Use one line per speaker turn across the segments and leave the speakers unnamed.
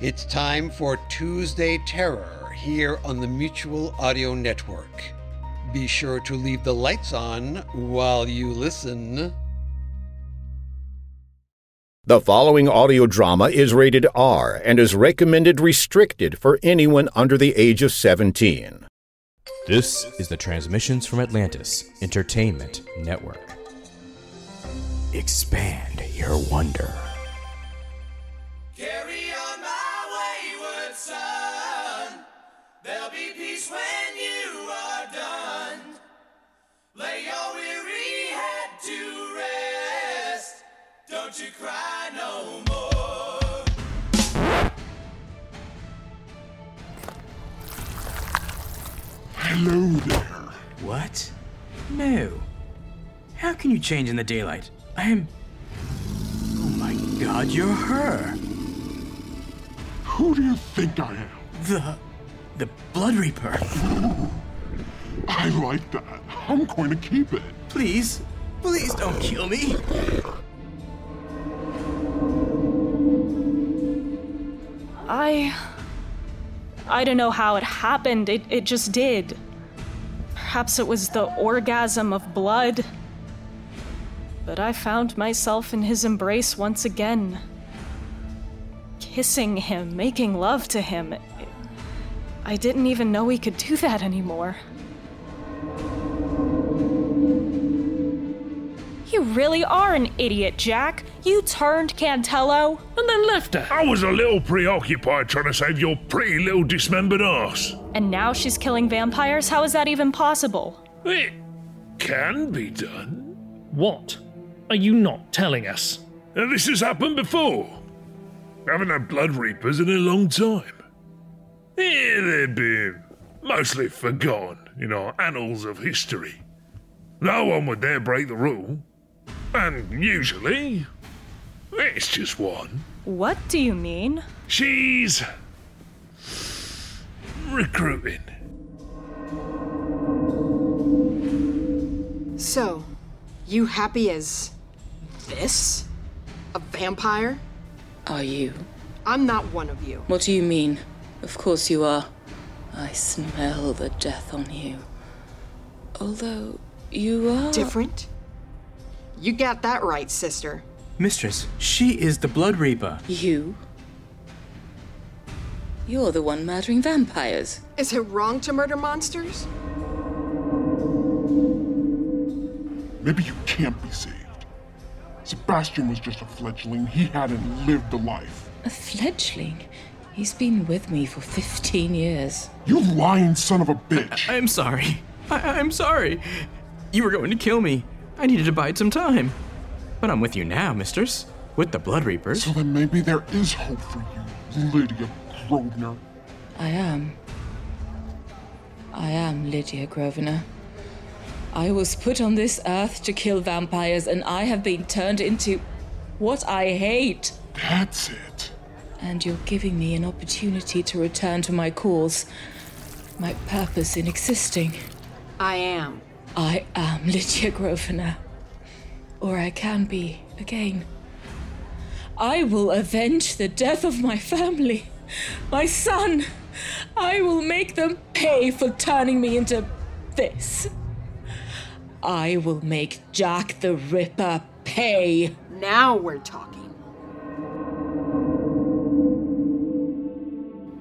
It's time for Tuesday Terror here on the Mutual Audio Network. Be sure to leave the lights on while you listen.
The following audio drama is rated R and is recommended restricted for anyone under the age of 17.
This is the Transmissions from Atlantis Entertainment Network. Expand your wonder.
Carry on my wayward son. There'll be peace when you are done. Lay your weary head to rest. Don't you cry no more.
Hello there.
What? No. How can you change in the daylight? I am. Oh my god, you're her!
Who do you think I am?
The. the Blood Reaper.
I like that. I'm going to keep it.
Please, please don't kill me!
I. I don't know how it happened. It, it just did. Perhaps it was the orgasm of blood. But I found myself in his embrace once again. Kissing him, making love to him. I didn't even know he could do that anymore. You really are an idiot, Jack. You turned Cantello and then left her.
I was a little preoccupied trying to save your pretty little dismembered ass.
And now she's killing vampires? How is that even possible?
It can be done.
What are you not telling us?
And this has happened before. Haven't had blood reapers in a long time. Yeah, they've been mostly forgotten in our annals of history. No one would dare break the rule. And usually, it's just one.
What do you mean?
She's recruiting.
So, you happy as this? A vampire?
Are you?
I'm not one of you.
What do you mean? Of course you are. I smell the death on you. Although you are.
Different? You got that right, sister.
Mistress, she is the Blood Reaper.
You? You're the one murdering vampires.
Is it wrong to murder monsters?
Maybe you can't be saved. Sebastian was just a fledgling. He hadn't lived a life.
A fledgling? He's been with me for 15 years.
You lying son of a bitch.
I- I'm sorry. I- I'm sorry. You were going to kill me. I needed to bide some time. But I'm with you now, mistress. With the Blood Reapers.
So then maybe there is hope for you, Lydia Grosvenor.
I am. I am Lydia Grosvenor. I was put on this earth to kill vampires, and I have been turned into what I hate.
That's it.
And you're giving me an opportunity to return to my cause, my purpose in existing.
I am.
I am Lydia Grosvenor. Or I can be again. I will avenge the death of my family, my son. I will make them pay for turning me into this. I will make Jack the Ripper pay.
Now we're talking.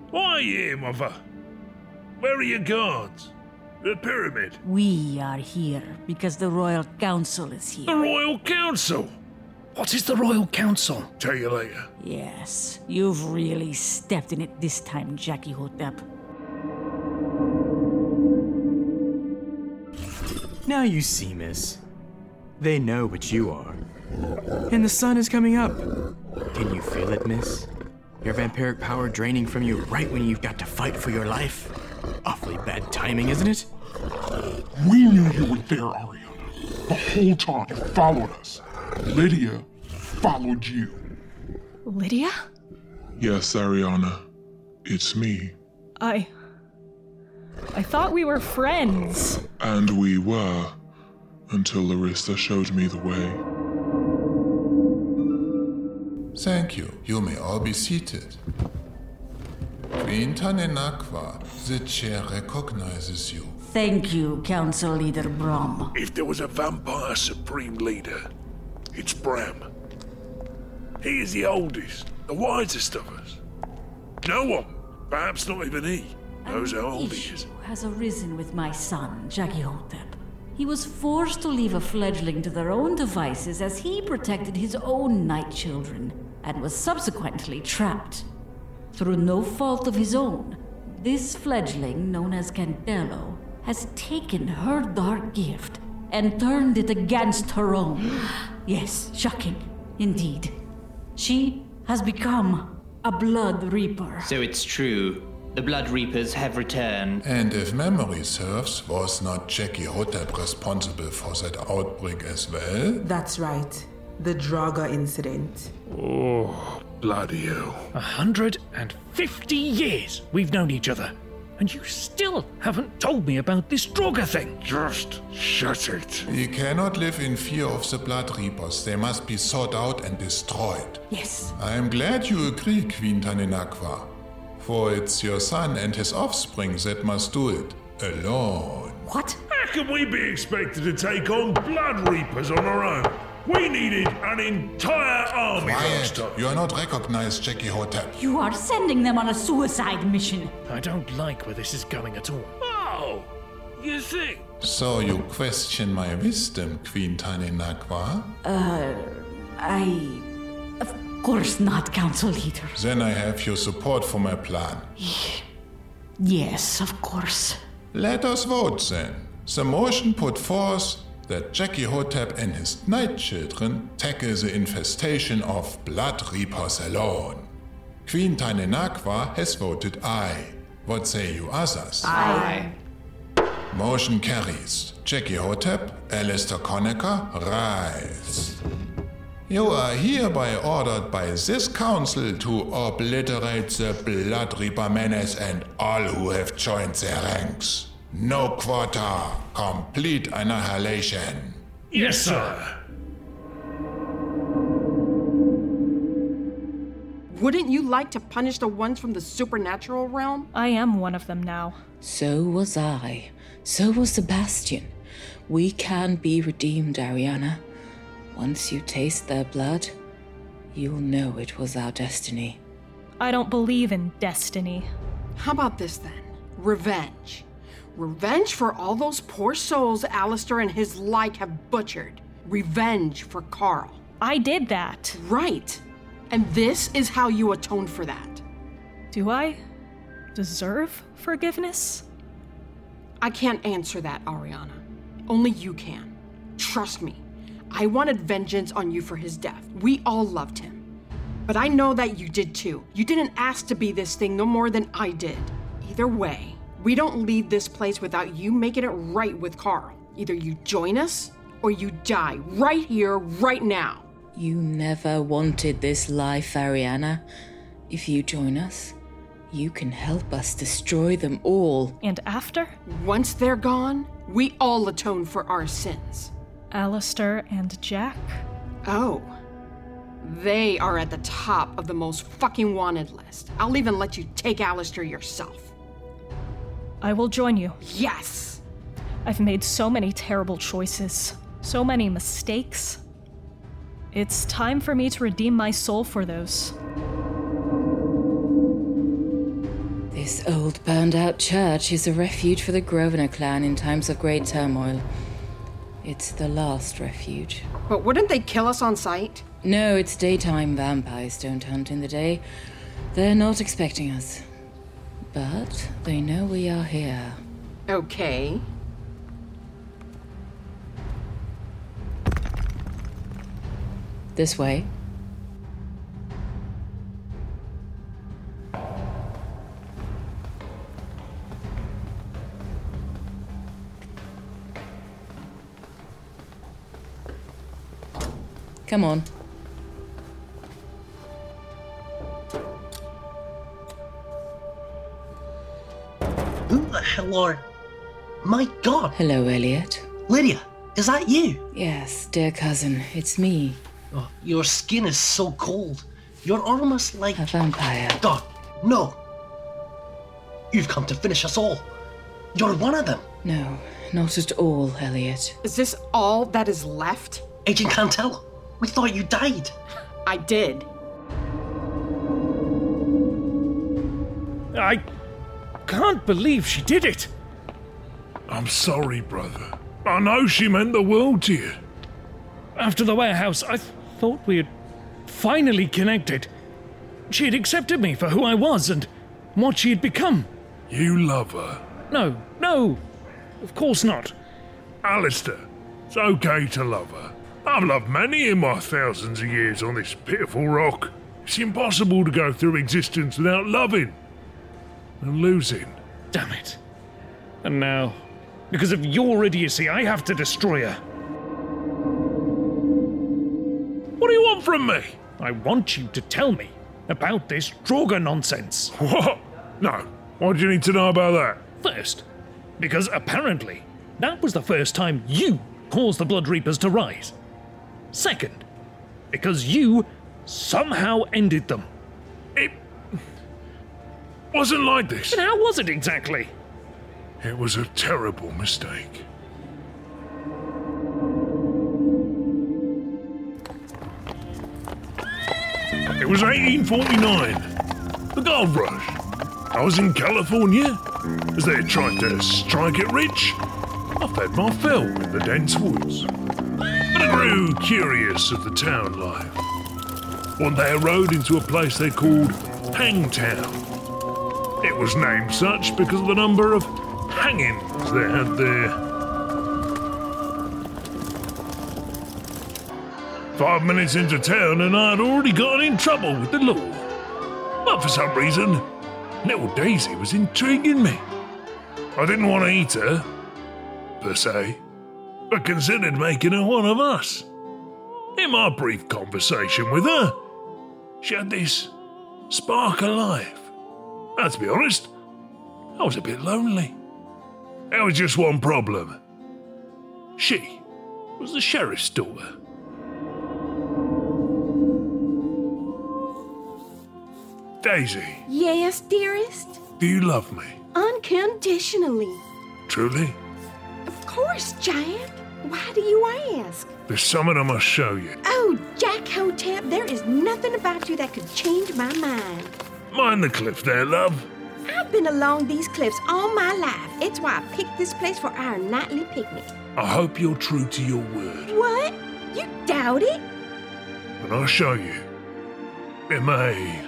Why here, mother? Where are your guards? The pyramid?
We are here because the Royal Council is
The
here.
Royal Council?
What is the Royal Council?
Tell you later.
Yes, you've really stepped in it this time, Jackie Hotep.
Now you see, miss. They know what you are. And the sun is coming up. Can you feel it, miss? Your vampiric power draining from you right when you've got to fight for your life. Awfully bad timing, isn't it?
We knew you were there, Ariana. The whole time you followed us. Lydia followed you.
Lydia?
Yes, Ariana. It's me.
I. I thought we were friends.
And we were. Until Larissa showed me the way.
Thank you. You may all be seated. Queen Tanenakwa, the chair recognizes you.
Thank you, Council Leader Brom.
If there was a vampire supreme leader, it's Bram. He is the oldest, the wisest of us. No one, perhaps not even he, knows how old he is.
issue has arisen with my son, Jagiotep. He was forced to leave a fledgling to their own devices as he protected his own night children and was subsequently trapped. Through no fault of his own, this fledgling, known as Cantelo, has taken her dark gift and turned it against her own. yes, shocking, indeed. She has become a blood reaper.
So it's true. The Blood Reapers have returned.
And if memory serves, was not Jackie Hotep responsible for that outbreak as well?
That's right. The Draga incident.
Oh, bloody hell.
150 years we've known each other, and you still haven't told me about this Draugr thing.
Just shut it. We cannot live in fear of the Blood Reapers. They must be sought out and destroyed.
Yes.
I am glad you agree, Queen Tanenakwa. For it's your son and his offspring that must do it. Alone.
What?
How can we be expected to take on Blood Reapers on our own? We needed an entire army last
Quiet.
time.
You are not recognized, Jackie Hotep.
You are sending them on a suicide mission.
I don't like where this is going at all.
Oh, you think?
So you question my wisdom, Queen Tanenakwa?
Uh, I. Of course not, Council Leader.
Then I have your support for my plan.
Yes, of course.
Let us vote then. The motion put forth that Jackie Hotep and his night children tackle the infestation of blood reapers alone. Queen Tanenakwa has voted aye. What say you others?
Aye.
Motion carries. Jackie Hotep, Alistair Connacher, rise. You are hereby ordered by this council to obliterate the Blood Reaper menace and all who have joined their ranks. No quarter, complete annihilation.
Yes, sir.
Wouldn't you like to punish the ones from the supernatural realm?
I am one of them now.
So was I. So was Sebastian. We can be redeemed, Ariana. Once you taste their blood, you'll know it was our destiny.
I don't believe in destiny.
How about this then? Revenge. Revenge for all those poor souls Alistair and his like have butchered. Revenge for Carl.
I did that.
Right. And this is how you atone for that.
Do I deserve forgiveness?
I can't answer that, Ariana. Only you can. Trust me. I wanted vengeance on you for his death. We all loved him. But I know that you did too. You didn't ask to be this thing no more than I did. Either way, we don't leave this place without you making it right with Carl. Either you join us or you die right here, right now.
You never wanted this life, Ariana. If you join us, you can help us destroy them all.
And after?
Once they're gone, we all atone for our sins.
Alistair and Jack?
Oh. They are at the top of the most fucking wanted list. I'll even let you take Alistair yourself.
I will join you.
Yes!
I've made so many terrible choices, so many mistakes. It's time for me to redeem my soul for those.
This old burned out church is a refuge for the Grosvenor clan in times of great turmoil. It's the last refuge.
But wouldn't they kill us on sight?
No, it's daytime. Vampires don't hunt in the day. They're not expecting us. But they know we are here.
Okay.
This way. Come on.
Hello. My god.
Hello, Elliot.
Lydia, is that you?
Yes, dear cousin, it's me.
Oh, your skin is so cold. You're almost like.
A vampire.
God, no. You've come to finish us all. You're one of them.
No, not at all, Elliot.
Is this all that is left?
Agent Cantella, we thought you died.
I did.
I can't believe she did it.
I'm sorry, brother. I know she meant the world to you.
After the warehouse, I thought we had finally connected. She had accepted me for who I was and what she had become.
You love her.
No, no, of course not.
Alistair, it's okay to love her. I've loved many in my thousands of years on this pitiful rock. It's impossible to go through existence without loving and losing.
Damn it. And now, because of your idiocy, I have to destroy her.
What do you want from me?
I want you to tell me about this Draugr nonsense.
What? No. Why do you need to know about that?
First, because apparently that was the first time you caused the Blood Reapers to rise. Second, because you somehow ended them.
It wasn't like this.
And how was it exactly?
It was a terrible mistake. It was 1849, the gold rush. I was in California as they tried to strike it rich. I fed my fill in the dense woods, but I grew curious of the town life. One day I rode into a place they called Hangtown. It was named such because of the number of hangings they had there. Five minutes into town, and I'd already gotten in trouble with the law. But for some reason, little Daisy was intriguing me. I didn't want to eat her, per se, but considered making her one of us. In my brief conversation with her, she had this spark of life. And to be honest, I was a bit lonely. There was just one problem. She was the sheriff's daughter. Daisy.
Yes, dearest?
Do you love me?
Unconditionally.
Truly?
Of course, Jack. Why do you ask?
There's something I must show you.
Oh, Jack Hotep, there is nothing about you that could change my mind.
Mind the cliff there, love.
I've been along these cliffs all my life. It's why I picked this place for our nightly picnic.
I hope you're true to your word.
What? You doubt it?
But I'll show you. It may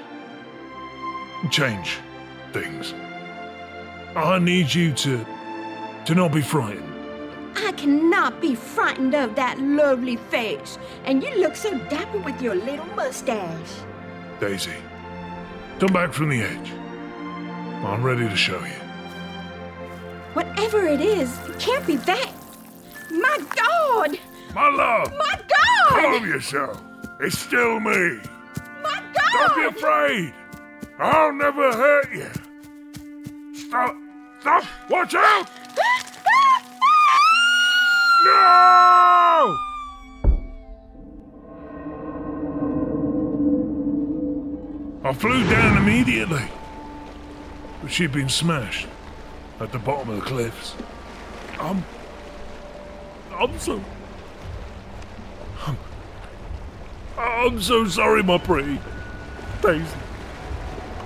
change things. I need you to to not be frightened.
I cannot be frightened of that lovely face, and you look so dapper with your little mustache.
Daisy, come back from the edge. I'm ready to show you.
Whatever it is, it can't be that. My God!
My love!
My God!
Calm yourself. It's still me.
My God!
Don't be afraid. I'll never hurt you. Stop! Stop! Watch out! no! I flew down immediately, but she'd been smashed at the bottom of the cliffs. I'm. I'm so. I'm, I'm so sorry, my pretty. Daisy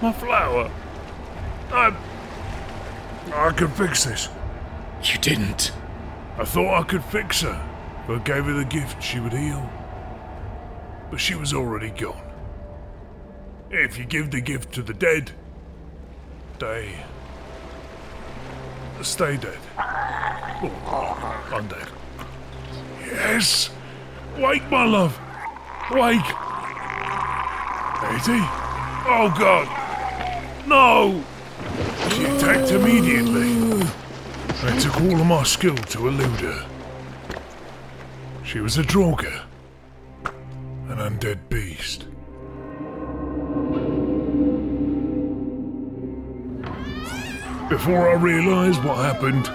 my flower. I.
Um,
I can fix this.
You didn't.
I thought I could fix her, but I gave her the gift she would heal. But she was already gone. If you give the gift to the dead, they. stay dead. Oh, undead. Yes! Wake, my love! Wake! Lady? Oh, God! No! She attacked immediately. I took all of my skill to elude her. She was a Draugr.
An undead beast.
Before I realised what happened,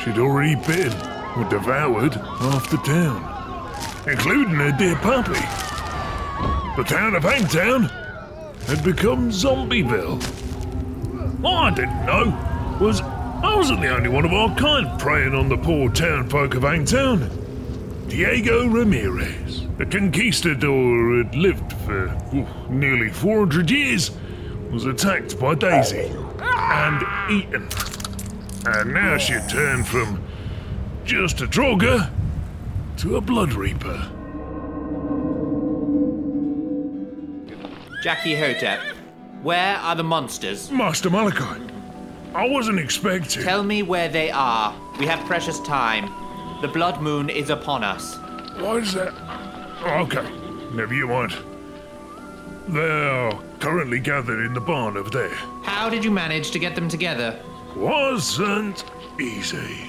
she'd already bitten or devoured half the town, including her dear puppy. The town of Hangtown had become Zombieville. What I didn't know was I wasn't the only one of our kind preying on the poor townfolk of Hangtown. Diego Ramirez, a conquistador who had lived for oof, nearly 400 years, was attacked by Daisy and eaten. And now she had turned from just a droger to a blood reaper.
Jackie Hotep, where are the monsters?
Master Malachi, I wasn't expecting.
Tell me where they are. We have precious time. The blood moon is upon us.
Why is that? Oh, okay, never you mind. They are currently gathered in the barn over there.
How did you manage to get them together?
Wasn't easy.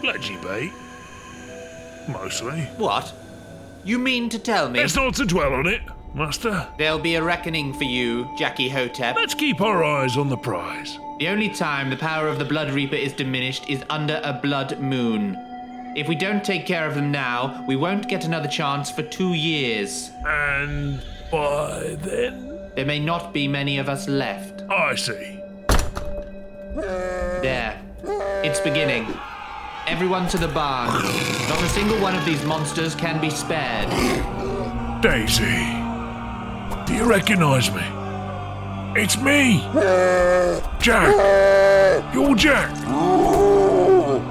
Pledgy bait. Mostly.
What? You mean to tell me?
Let's not to dwell on it, Master.
There'll be a reckoning for you, Jackie Hotep.
Let's keep our eyes on the prize.
The only time the power of the Blood Reaper is diminished is under a blood moon. If we don't take care of them now, we won't get another chance for two years.
And by then?
There may not be many of us left.
I see.
There. It's beginning. Everyone to the barn. Not a single one of these monsters can be spared.
Daisy, do you recognize me? It's me! Jack! You're Jack! No!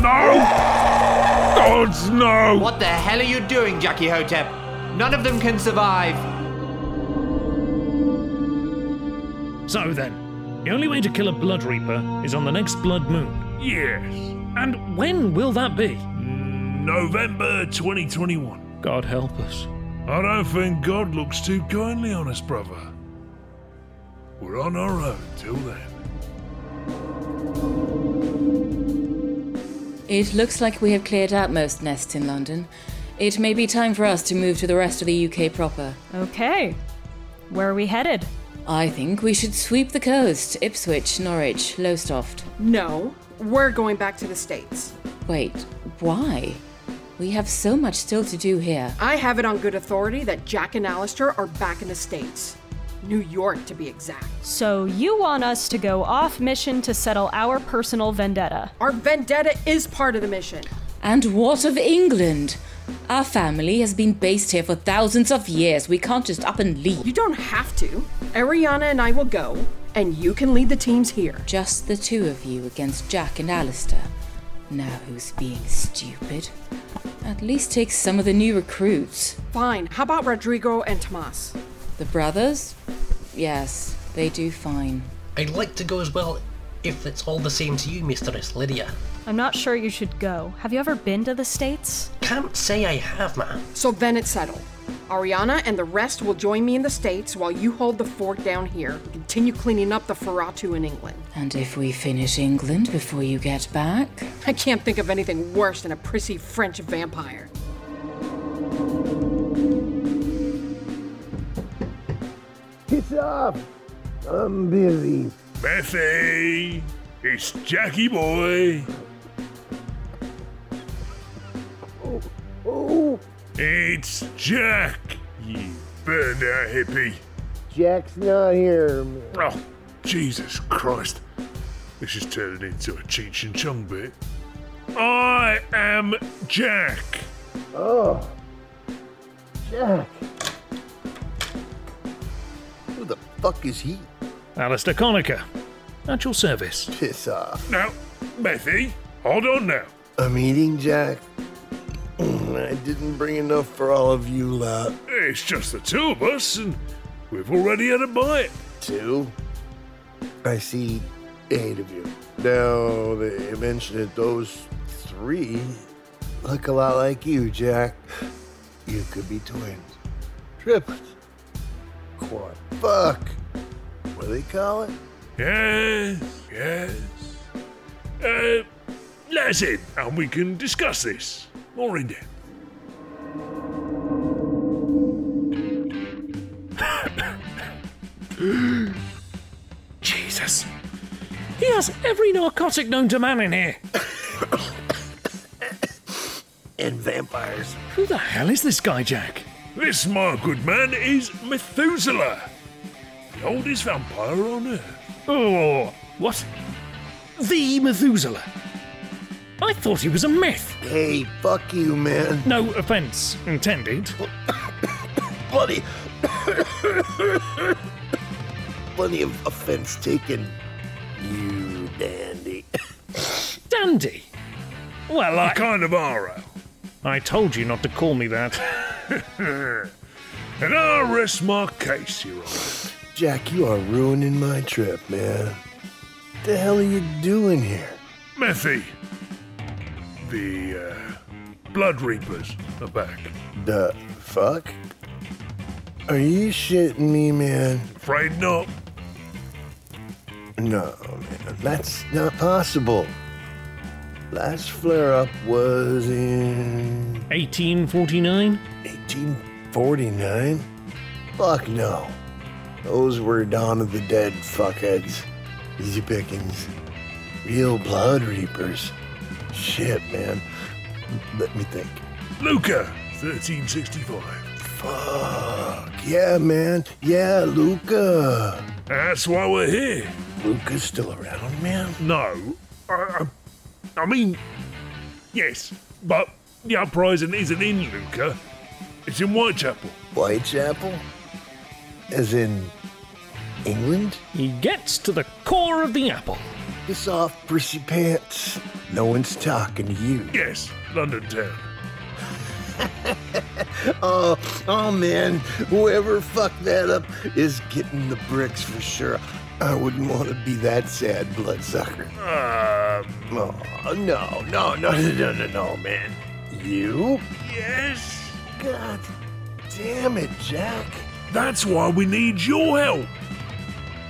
Gods, no!
What the hell are you doing, Jackie Hotep? None of them can survive.
So then, the only way to kill a Blood Reaper is on the next Blood Moon.
Yes.
And when will that be?
November 2021.
God help us.
I don't think God looks too kindly on us, brother. We're on our own till then.
It looks like we have cleared out most nests in London. It may be time for us to move to the rest of the UK proper.
Okay. Where are we headed?
I think we should sweep the coast Ipswich, Norwich, Lowestoft.
No, we're going back to the States.
Wait, why? We have so much still to do here.
I have it on good authority that Jack and Alistair are back in the States. New York, to be exact.
So you want us to go off mission to settle our personal vendetta?
Our vendetta is part of the mission.
And what of England? Our family has been based here for thousands of years. We can't just up and leave.
You don't have to. Ariana and I will go, and you can lead the teams here.
Just the two of you against Jack and Alistair. Now who's being stupid? At least take some of the new recruits.
Fine. How about Rodrigo and Tomas?
The brothers? Yes, they do fine.
I'd like to go as well if it's all the same to you, Mistress Lydia.
I'm not sure you should go. Have you ever been to the States?
Can't say I have, ma'am.
So then it's settled. Ariana and the rest will join me in the States while you hold the fort down here and continue cleaning up the Ferratu in England.
And if we finish England before you get back?
I can't think of anything worse than a prissy French vampire.
Piss off! I'm busy.
Bethy! It's Jackie Boy!
Oh, oh,
It's Jack, you burned out hippie.
Jack's not here. Man.
Oh, Jesus Christ. This is turning into a Cheech and Chong bit. I am Jack.
Oh, Jack.
Who the fuck is he?
Alistair Conacher. At your service.
Piss off.
Now, Methy, hold on now.
I'm eating, Jack. I didn't bring enough for all of you lot.
It's just the two of us, and we've already had a bite.
Two? I see eight of you. Now they mentioned that those three look a lot like you, Jack. You could be twins. Triplets. Quad. Fuck what do they call it?
Yes, yes. Uh, that's it, and we can discuss this more in depth.
Jesus. He has every narcotic known to man in here.
and vampires.
Who the hell is this guy, Jack?
This, my good man, is Methuselah, the oldest vampire on earth.
Oh, what? The Methuselah. I thought he was a myth.
Hey, fuck you, man.
No offense intended.
Bloody. Plenty of offense taken. You dandy.
Dandy? Well, I.
You kind of are. a-
I told you not to call me that.
and I rest my case, Your Honor.
Jack, you are ruining my trip, man. The hell are you doing here?
Methy, the uh, Blood Reapers are back.
The fuck? Are you shitting me, man?
Afraid not.
No, man, that's not possible. Last flare up was in
1849?
1849? Fuck no. Those were Dawn of the Dead fuckheads. Easy pickings. Real Blood Reapers. Shit, man. Let me think.
Luca, 1365.
Fuck. Yeah, man. Yeah, Luca.
That's why we're here.
Luca's still around, man?
No. I, I, I mean, yes, but the uprising isn't in Luca. It's in Whitechapel.
Whitechapel? As in England?
He gets to the core of the apple.
Piss off, prissy pants. No one's talking to you.
Yes, London town.
Oh, oh man, whoever fucked that up is getting the bricks for sure. I wouldn't want to be that sad bloodsucker.
Um,
Oh, no, no, no, no, no, no, no, man. You?
yes.
God damn it, Jack.
That's why we need your help.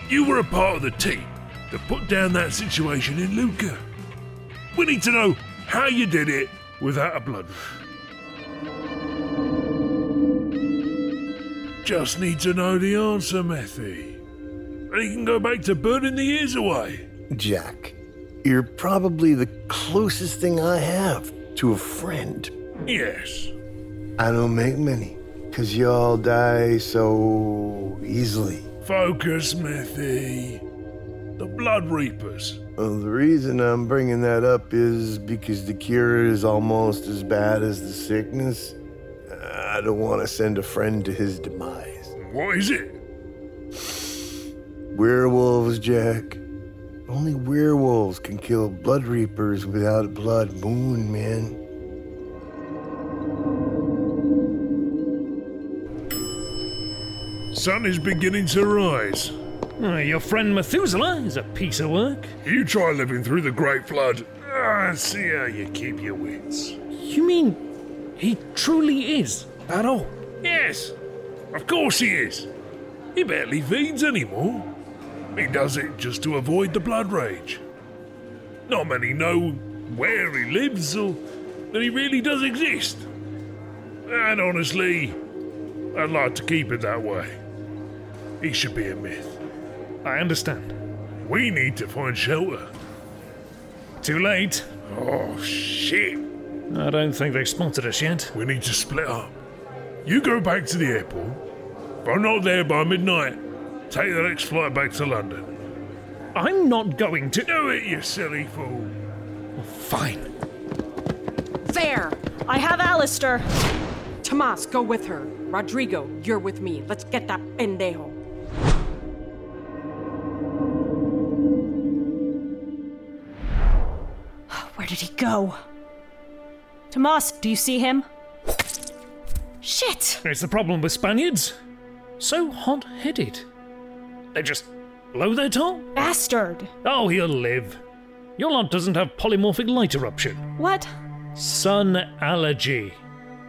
You were a part of the team that put down that situation in Luca. We need to know how you did it without a blood. Just need to know the answer, Methy. And he can go back to burning the years away.
Jack, you're probably the closest thing I have to a friend.
Yes.
I don't make many, because you all die so easily.
Focus, Methy. The Blood Reapers.
Well, the reason I'm bringing that up is because the cure is almost as bad as the sickness. I don't want to send a friend to his demise.
What is it?
Werewolves, Jack. Only werewolves can kill blood reapers without a blood moon, man.
Sun is beginning to rise.
Uh, your friend Methuselah is a piece of work.
You try living through the Great Flood and see how you keep your wits.
You mean he truly is at all?
Yes, of course he is. He barely feeds anymore. He does it just to avoid the blood rage. Not many know where he lives or that he really does exist. And honestly, I'd like to keep it that way. He should be a myth.
I understand.
We need to find shelter.
Too late.
Oh, shit.
I don't think they spotted us yet.
We need to split up. You go back to the airport. If I'm not there by midnight, take the next flight back to London.
I'm not going to.
Do it, you silly fool.
Fine.
There!
I have Alistair.
Tomas, go with her. Rodrigo, you're with me. Let's get that pendejo.
Where did he go? Tomas, do you see him? Shit!
It's the problem with Spaniards. So hot headed. They just blow their top.
Bastard!
Oh, he'll live. Your lot doesn't have polymorphic light eruption.
What?
Sun allergy.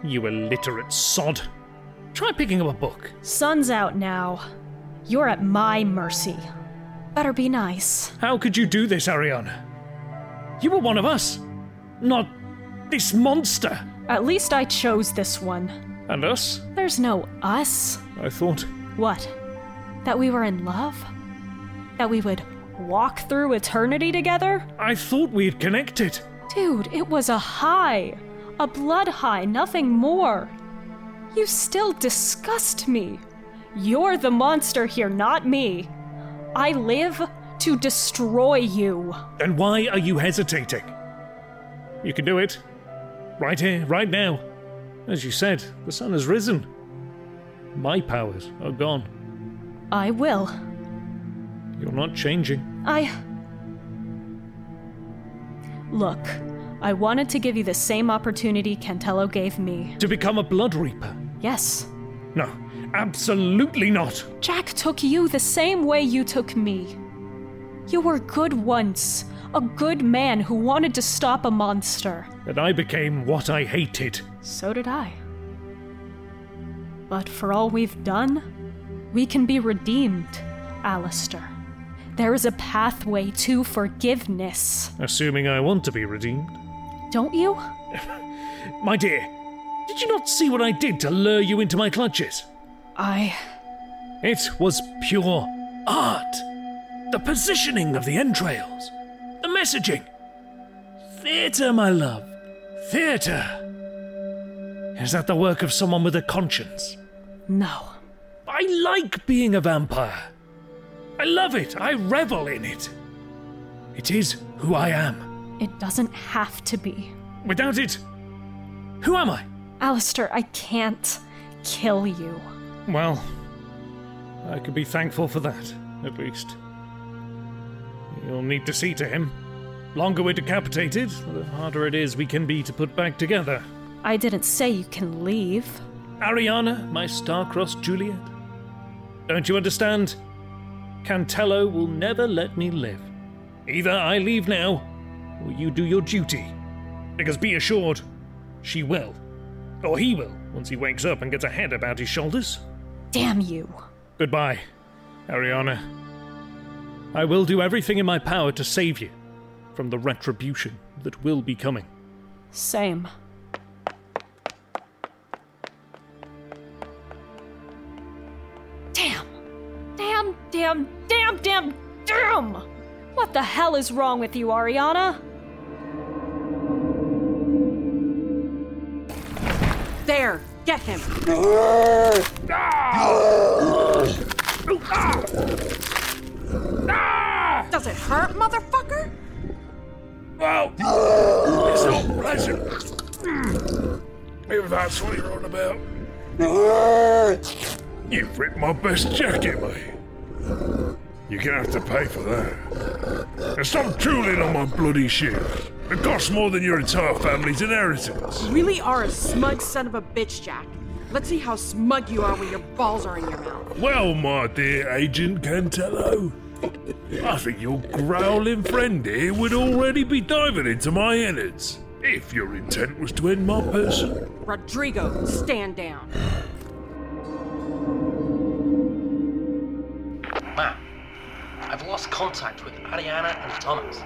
You illiterate sod. Try picking up a book.
Sun's out now. You're at my mercy. Better be nice.
How could you do this, Ariana? You were one of us, not this monster.
At least I chose this one.
And us?
There's no us.
I thought.
What? That we were in love? That we would walk through eternity together?
I thought we had connected.
Dude, it was a high. A blood high, nothing more. You still disgust me. You're the monster here, not me. I live to destroy you.
Then why are you hesitating? You can do it. Right here, right now. As you said, the sun has risen. My powers are gone.
I will.
You're not changing.
I. Look, I wanted to give you the same opportunity Cantello gave me.
To become a Blood Reaper?
Yes,
No, absolutely not.
Jack took you the same way you took me. You were good once, a good man who wanted to stop a monster.
That I became what I hated.
So did I. But for all we've done, we can be redeemed, Alistair. There is a pathway to forgiveness,
Assuming I want to be redeemed.
don't you?
My dear, did you not see what I did to lure you into my clutches?
I.
It was pure art. The positioning of the entrails, the messaging. Theatre, my love. Theatre. Is that the work of someone with a conscience?
No.
I like being a vampire. I love it. I revel in it. It is who I am.
It doesn't have to be.
Without it, who am I?
Alistair, I can't kill you.
Well, I could be thankful for that, at least. You'll need to see to him. Longer we're decapitated, the harder it is we can be to put back together.
I didn't say you can leave.
Ariana, my star-crossed Juliet. Don't you understand? Cantello will never let me live. Either I leave now, or you do your duty. Because be assured, she will. Or he will, once he wakes up and gets a head about his shoulders.
Damn you.
Goodbye, Ariana. I will do everything in my power to save you from the retribution that will be coming.
Same. Damn. Damn, damn, damn, damn, damn! What the hell is wrong with you, Ariana?
There, get him. Does it hurt, motherfucker?
Well, it's not pleasant. Mm. If that's what you're on about. You've ripped my best jacket, mate. You're gonna have to pay for that. And stop drooling on my bloody shoes. It costs more than your entire family's inheritance.
You really are a smug son of a bitch, Jack. Let's see how smug you are when your balls are in your mouth.
Well, my dear Agent Cantello, I think your growling friend here would already be diving into my innards if your intent was to end my person.
Rodrigo, stand down.
Ma'am, I've lost contact with Ariana and Thomas.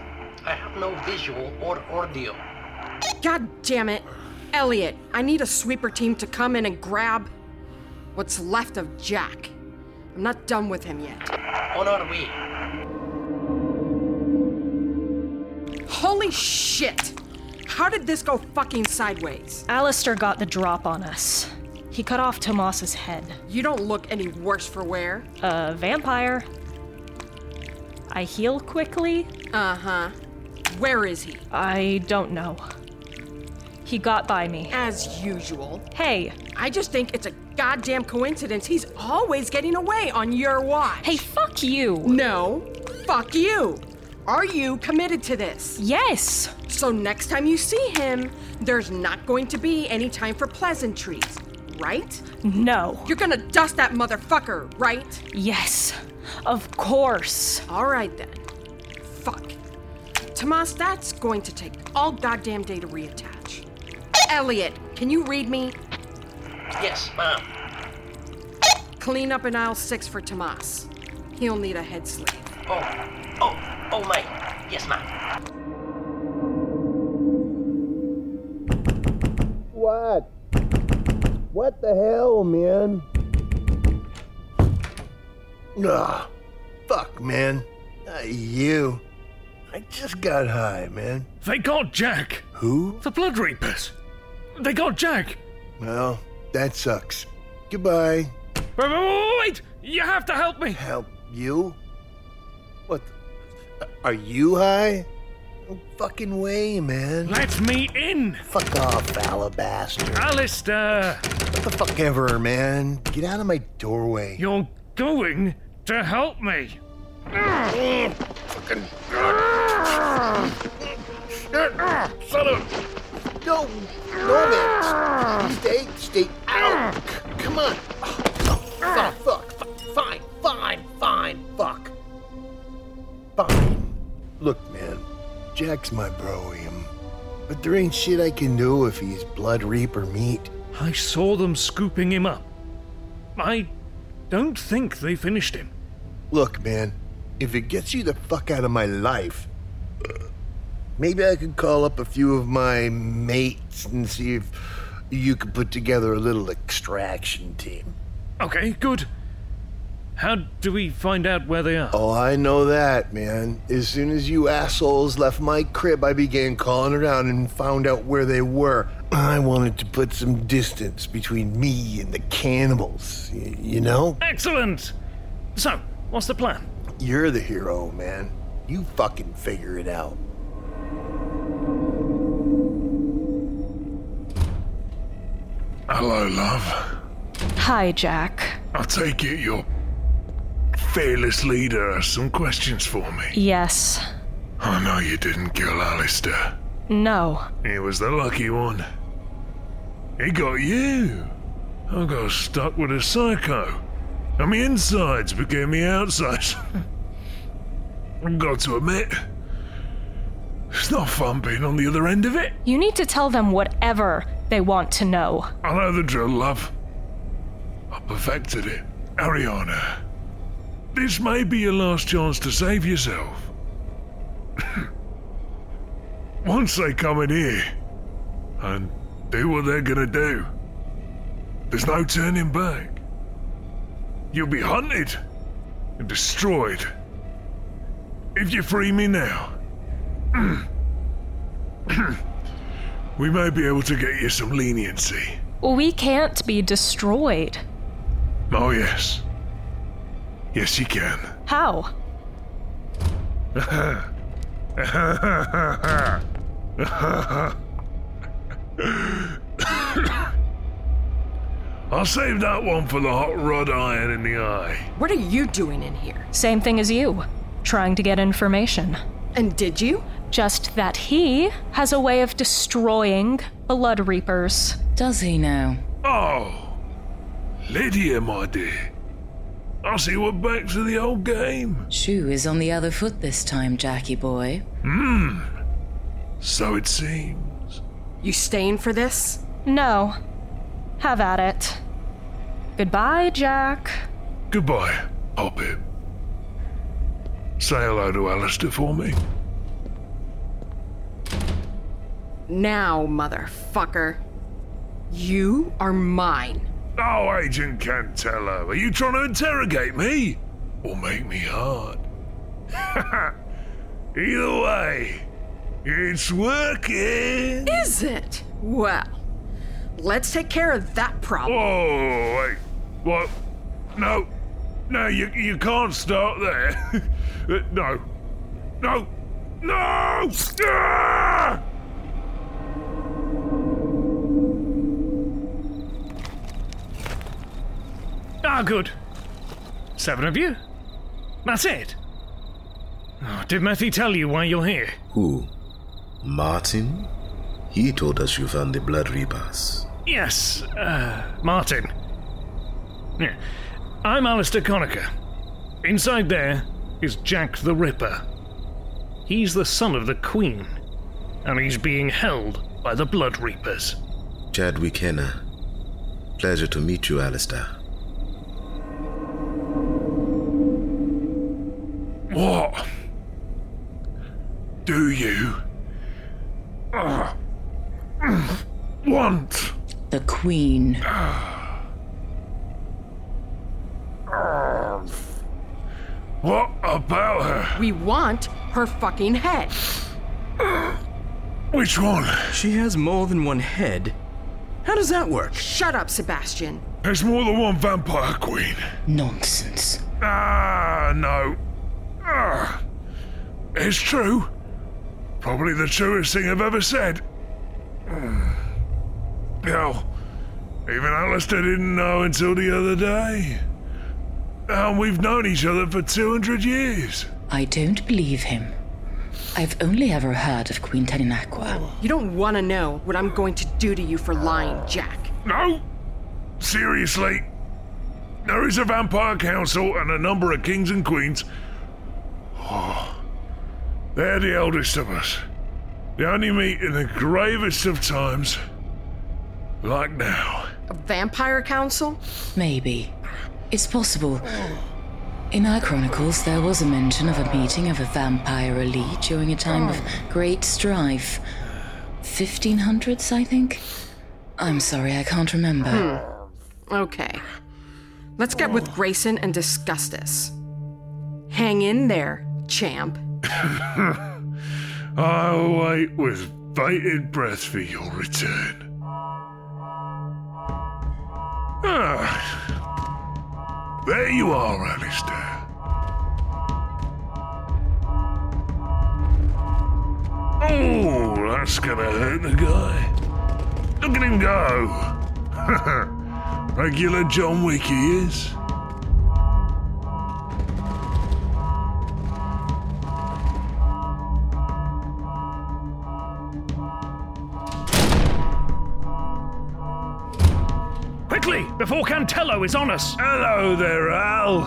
I have no visual or audio.
God damn it. Elliot, I need a sweeper team to come in and grab what's left of Jack. I'm not done with him yet.
On our way.
Holy shit! How did this go fucking sideways?
Alistair got the drop on us. He cut off Tomas's head.
You don't look any worse for wear.
A vampire. I heal quickly.
Uh huh. Where is he?
I don't know. He got by me.
As usual.
Hey.
I just think it's a goddamn coincidence he's always getting away on your watch. Hey,
fuck you.
No, fuck you. Are you committed to this?
Yes.
So next time you see him, there's not going to be any time for pleasantries, right?
No.
You're gonna dust that motherfucker, right?
Yes. Of course.
All right then. Fuck. Tomas, that's going to take all goddamn day to reattach. Elliot, can you read me?
Yes, ma'am.
Clean up in aisle six for Tomas. He'll need a head sleeve.
Oh, oh, oh, mate. Yes, ma'am.
What? What the hell, man? Nah, fuck, man. Not you. I just got high, man.
They got Jack!
Who?
The Blood Reapers! They got Jack!
Well, that sucks. Goodbye.
Wait, wait, wait! You have to help me!
Help you? What? the- Are you high? No fucking way, man.
Let me in!
Fuck off, alabaster.
Alistair!
What the fuck ever, man? Get out of my doorway.
You're going to help me!
Fucking. Son of. No, no, man. Stay, stay out. C- Come on. Oh, Fuck, fuck, fuck. Fine, fine, fine. Fuck. Fine. Look, man. Jack's my broium. But there ain't shit I can do if he's Blood Reaper meat.
I saw them scooping him up. I don't think they finished him.
Look, man. If it gets you the fuck out of my life, maybe I could call up a few of my mates and see if you could put together a little extraction team.
Okay, good. How do we find out where they are?
Oh, I know that, man. As soon as you assholes left my crib, I began calling around and found out where they were. I wanted to put some distance between me and the cannibals, y- you know?
Excellent! So, what's the plan?
You're the hero, man. You fucking figure it out.
Hello, love.
Hi, Jack.
I take it your fearless leader has some questions for me.
Yes.
I know you didn't kill Alistair.
No.
He was the lucky one. He got you. I got stuck with a psycho. And my insides became my outsides. I've got to admit, it's not fun being on the other end of it.
You need to tell them whatever they want to know.
I know the drill, love. I perfected it. Ariana, this may be your last chance to save yourself. Once they come in here and do what they're gonna do, there's no turning back. You'll be hunted and destroyed. If you free me now, we may be able to get you some leniency.
We can't be destroyed.
Oh, yes. Yes, you can.
How?
I'll save that one for the hot rod iron in the eye.
What are you doing in here? Same thing as you, trying to get information. And did you? Just that he has a way of destroying blood reapers. Does he now?
Oh! Lydia, my dear. I see we're back to the old game.
Shoe is on the other foot this time, Jackie boy.
Hmm. So it seems.
You staying for this? No. Have at it. Goodbye, Jack.
Goodbye, Hobbit. Say hello to Alistair for me.
Now, motherfucker. You are mine.
Oh, Agent Cantello, are you trying to interrogate me? Or make me hard? Either way, it's working!
Is it? Well, let's take care of that problem.
Whoa, Oh, wait. What? No. No, you, you can't start there. Uh, no. No. No! Ah!
Ah, good. Seven of you? That's it. Oh, did Matthew tell you why you're here?
Who? Martin? He told us you found the Blood Reapers.
Yes, uh, Martin. Yeah. I'm Alistair Connacher. Inside there is Jack the Ripper. He's the son of the Queen, and he's being held by the Blood Reapers.
Chadwick Henna. Pleasure to meet you, Alistair.
What? Do you? ah, want?
The Queen.
Oh, What about her?
We want her fucking head.
Which one?
She has more than one head. How does that work?
Shut up, Sebastian.
There's more than one vampire queen.
Nonsense.
Ah, no. Ah. It's true. Probably the truest thing I've ever said. Mm. Hell, even Alistair didn't know until the other day. And we've known each other for 200 years.
I don't believe him. I've only ever heard of Queen Taninaqua.
You don't want to know what I'm going to do to you for lying, Jack.
No! Seriously. There is a vampire council and a number of kings and queens. Oh, they're the eldest of us. They only meet in the gravest of times. Like now.
A vampire council?
Maybe. It's possible. In our chronicles, there was a mention of a meeting of a vampire elite during a time of great strife. 1500s, I think? I'm sorry, I can't remember.
Hmm. Okay. Let's get with Grayson and discuss this. Hang in there, champ.
I'll wait with bated breath for your return. Ah. There you are, Alistair. Oh, that's gonna hurt the guy. Look at him go. Regular John Wick he is.
Quickly, before Cantello is on us!
Hello there, Al.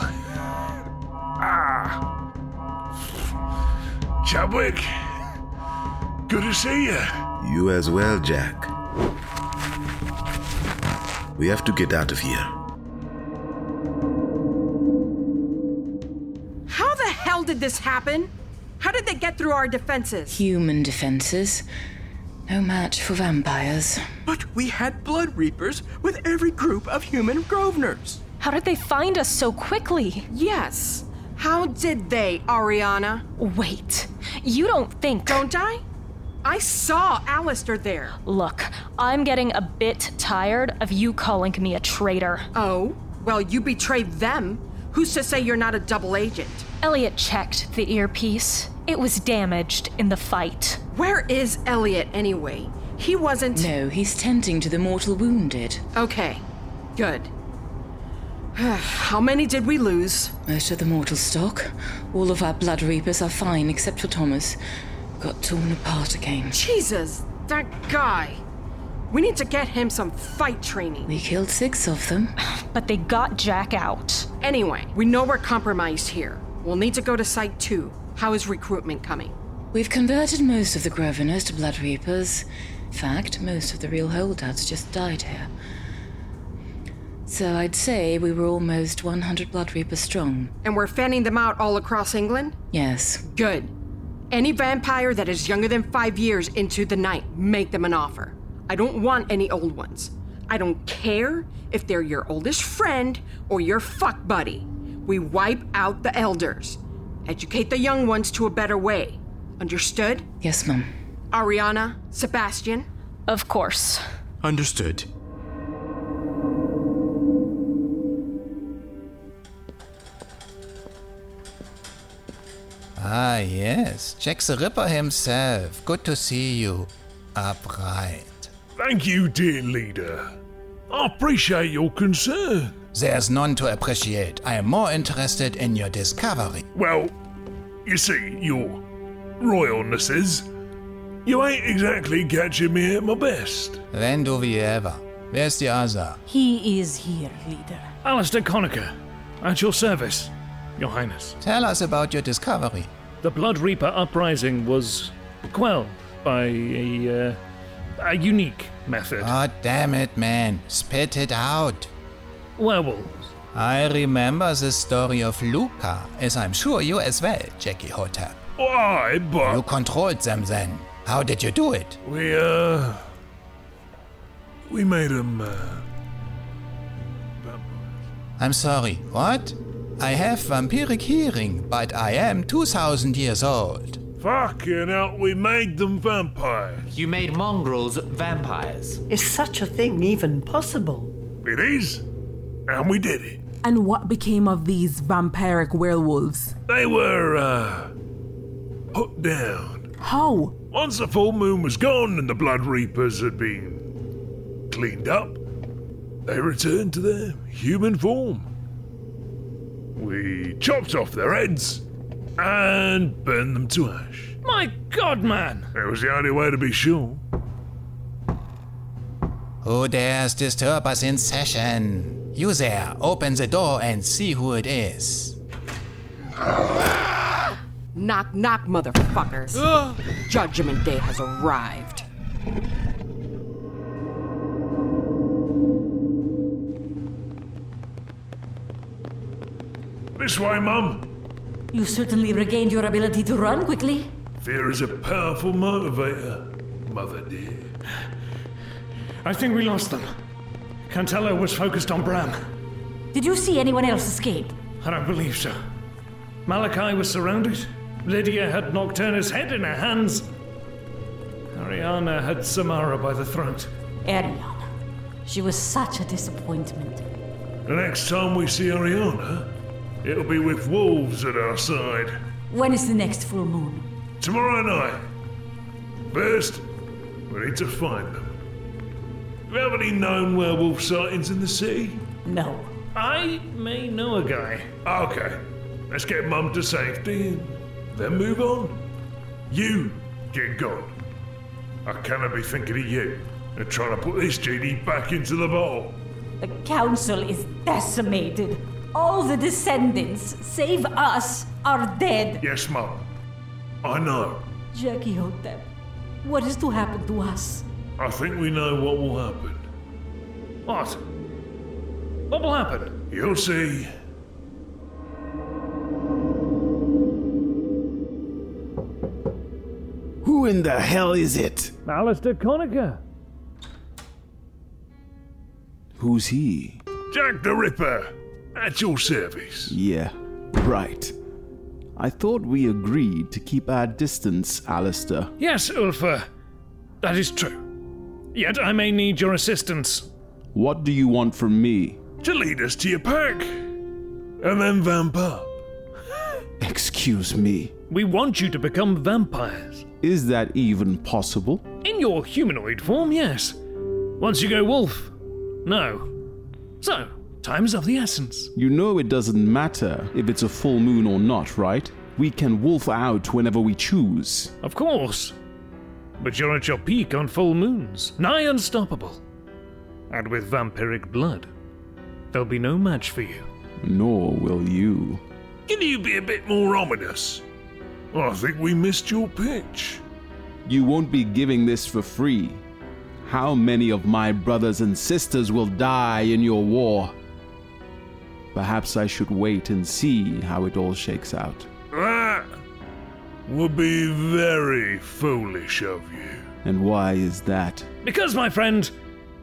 Ah. Chadwick. Good to see you.
You as well, Jack. We have to get out of here.
How the hell did this happen? How did they get through our defenses?
Human defenses. No match for vampires.
But we had Blood Reapers with every group of human Groveners.
How did they find us so quickly?
Yes. How did they, Ariana?
Wait. You don't think.
Don't I? I saw Alistair there.
Look, I'm getting a bit tired of you calling me a traitor.
Oh? Well, you betrayed them. Who's to say you're not a double agent?
Elliot checked the earpiece. It was damaged in the fight.
Where is Elliot anyway? He wasn't.
No, he's tending to the mortal wounded.
Okay. Good. How many did we lose?
Most of the mortal stock. All of our blood reapers are fine except for Thomas. Got torn apart again.
Jesus, that guy. We need to get him some fight training.
We killed six of them.
But they got Jack out.
Anyway, we know we're compromised here. We'll need to go to Site 2. How is recruitment coming?
We've converted most of the Groveners to Blood Reapers. In fact, most of the real holdouts just died here. So I'd say we were almost 100 Blood Reapers strong.
And we're fanning them out all across England?
Yes.
Good. Any vampire that is younger than five years into the night, make them an offer. I don't want any old ones. I don't care if they're your oldest friend or your fuck buddy. We wipe out the elders. Educate the young ones to a better way. Understood?
Yes, Mum.
Ariana, Sebastian?
Of course.
Understood.
Ah, yes, Jack the Ripper himself. Good to see you. Upright.
Thank you, dear leader. I appreciate your concern.
There's none to appreciate. I am more interested in your discovery.
Well, you see, your royalnesses, you ain't exactly catching me at my best.
When do we ever? Where's the other?
He is here, leader.
Alistair Connacher, at your service, Your Highness.
Tell us about your discovery.
The Blood Reaper uprising was quelled by a, uh, a unique method.
Oh, damn it, man. Spit it out.
Werewolves.
I remember the story of Luca, as I'm sure you as well, Jackie Hotep.
Why, but
You controlled them then. How did you do it?
we uh, we made him. Uh,
I'm sorry, what? I have vampiric hearing, but I am 2000 years old.
Fucking hell, we made them vampires.
You made mongrels vampires.
Is such a thing even possible?
It is. And we did it.
And what became of these vampiric werewolves?
They were, uh, put down.
How?
Once the full moon was gone and the Blood Reapers had been cleaned up, they returned to their human form. We chopped off their heads and burned them to ash.
My god, man!
It was the only way to be sure.
Who dares disturb us in session? You there, open the door and see who it is.
Knock, knock, motherfuckers. Judgment Day has arrived.
This way, Mum.
You certainly regained your ability to run quickly.
Fear is a powerful motivator, Mother dear.
I think we lost them. Cantella was focused on Bram.
Did you see anyone else escape?
I don't believe so. Malachi was surrounded. Lydia had Nocturna's head in her hands. Ariana had Samara by the throat.
Ariana. She was such a disappointment.
The next time we see Ariana, it'll be with wolves at our side.
When is the next full moon?
Tomorrow night. First, we need to find them. Do you have any known werewolf sightings in the city?
No.
I may know a guy.
Okay. Let's get Mum to safety and then move on. You get gone. I cannot be thinking of you and trying to put this genie back into the bottle.
The council is decimated. All the descendants, save us, are dead.
Yes, Mum. I know.
Jackie Hotep, what is to happen to us?
I think we know what will happen.
What? What will happen?
You'll see.
Who in the hell is it?
Alistair Connacher.
Who's he?
Jack the Ripper, at your service.
Yeah, right. I thought we agreed to keep our distance, Alistair.
Yes, Ulfa. That is true. Yet I may need your assistance.
What do you want from me?
To lead us to your pack. And then vamp up.
Excuse me.
We want you to become vampires.
Is that even possible?
In your humanoid form, yes. Once you go wolf, no. So, time's of the essence.
You know it doesn't matter if it's a full moon or not, right? We can wolf out whenever we choose.
Of course. But you're at your peak on full moons, nigh unstoppable. And with vampiric blood, there'll be no match for you.
Nor will you.
Can you be a bit more ominous? I think we missed your pitch.
You won't be giving this for free. How many of my brothers and sisters will die in your war? Perhaps I should wait and see how it all shakes out.
That Ah! would be very foolish of you.
And why is that?
Because, my friend,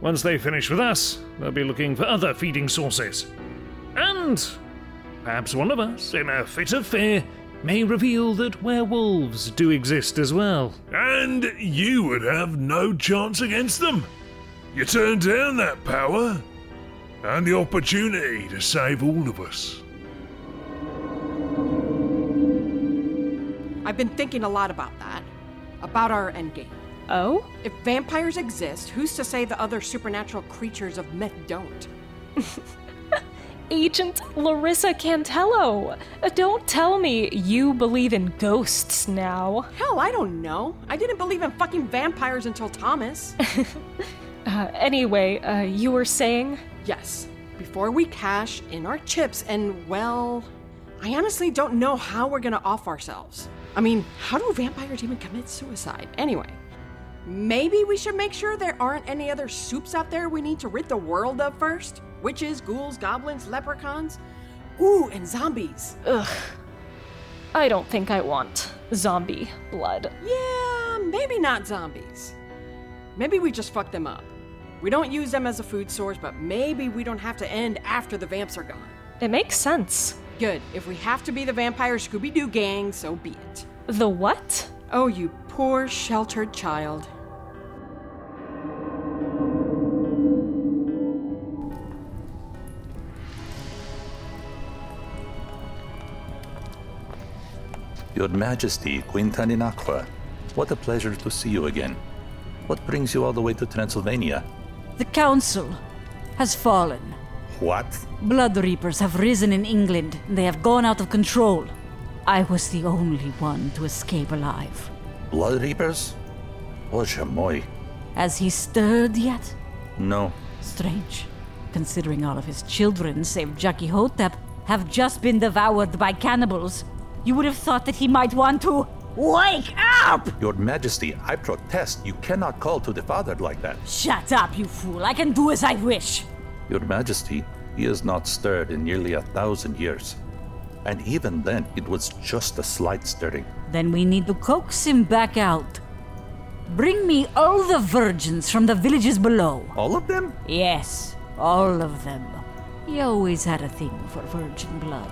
once they finish with us, they'll be looking for other feeding sources. And perhaps one of us, in a fit of fear, may reveal that werewolves do exist as well.
And you would have no chance against them. You turn down that power and the opportunity to save all of us.
I've been thinking a lot about that, about our endgame.
Oh?
If vampires exist, who's to say the other supernatural creatures of myth don't?
Agent Larissa Cantello, uh, don't tell me you believe in ghosts now.
Hell, I don't know. I didn't believe in fucking vampires until Thomas.
Uh, anyway, uh, you were saying?
Yes. Before we cash in our chips, and well, I honestly don't know how we're gonna off ourselves. I mean, how do vampires even commit suicide? Anyway, maybe we should make sure there aren't any other soups out there we need to rid the world of first witches, ghouls, goblins, leprechauns. Ooh, and zombies.
Ugh. I don't think I want zombie blood.
Yeah, maybe not zombies. Maybe we just fuck them up. We don't use them as a food source, but maybe we don't have to end after the vamps are gone.
It makes sense.
Good. If we have to be the vampire Scooby Doo gang, so be it.
The what?
Oh, you poor sheltered child.
Your Majesty, Quintaninacqua, what a pleasure to see you again. What brings you all the way to Transylvania?
The council has fallen.
What?
Blood Reapers have risen in England. and They have gone out of control. I was the only one to escape alive.
Blood Reapers? Oh, chamoy.
Has he stirred yet?
No.
Strange, considering all of his children, save Jackie Hotep, have just been devoured by cannibals. You would have thought that he might want to. Wake up!
Your Majesty, I protest you cannot call to the Father like that.
Shut up, you fool! I can do as I wish!
Your Majesty, he is not stirred in nearly a thousand years. And even then, it was just a slight stirring.
Then we need to coax him back out. Bring me all the virgins from the villages below.
All of them?
Yes, all of them. He always had a thing for virgin blood.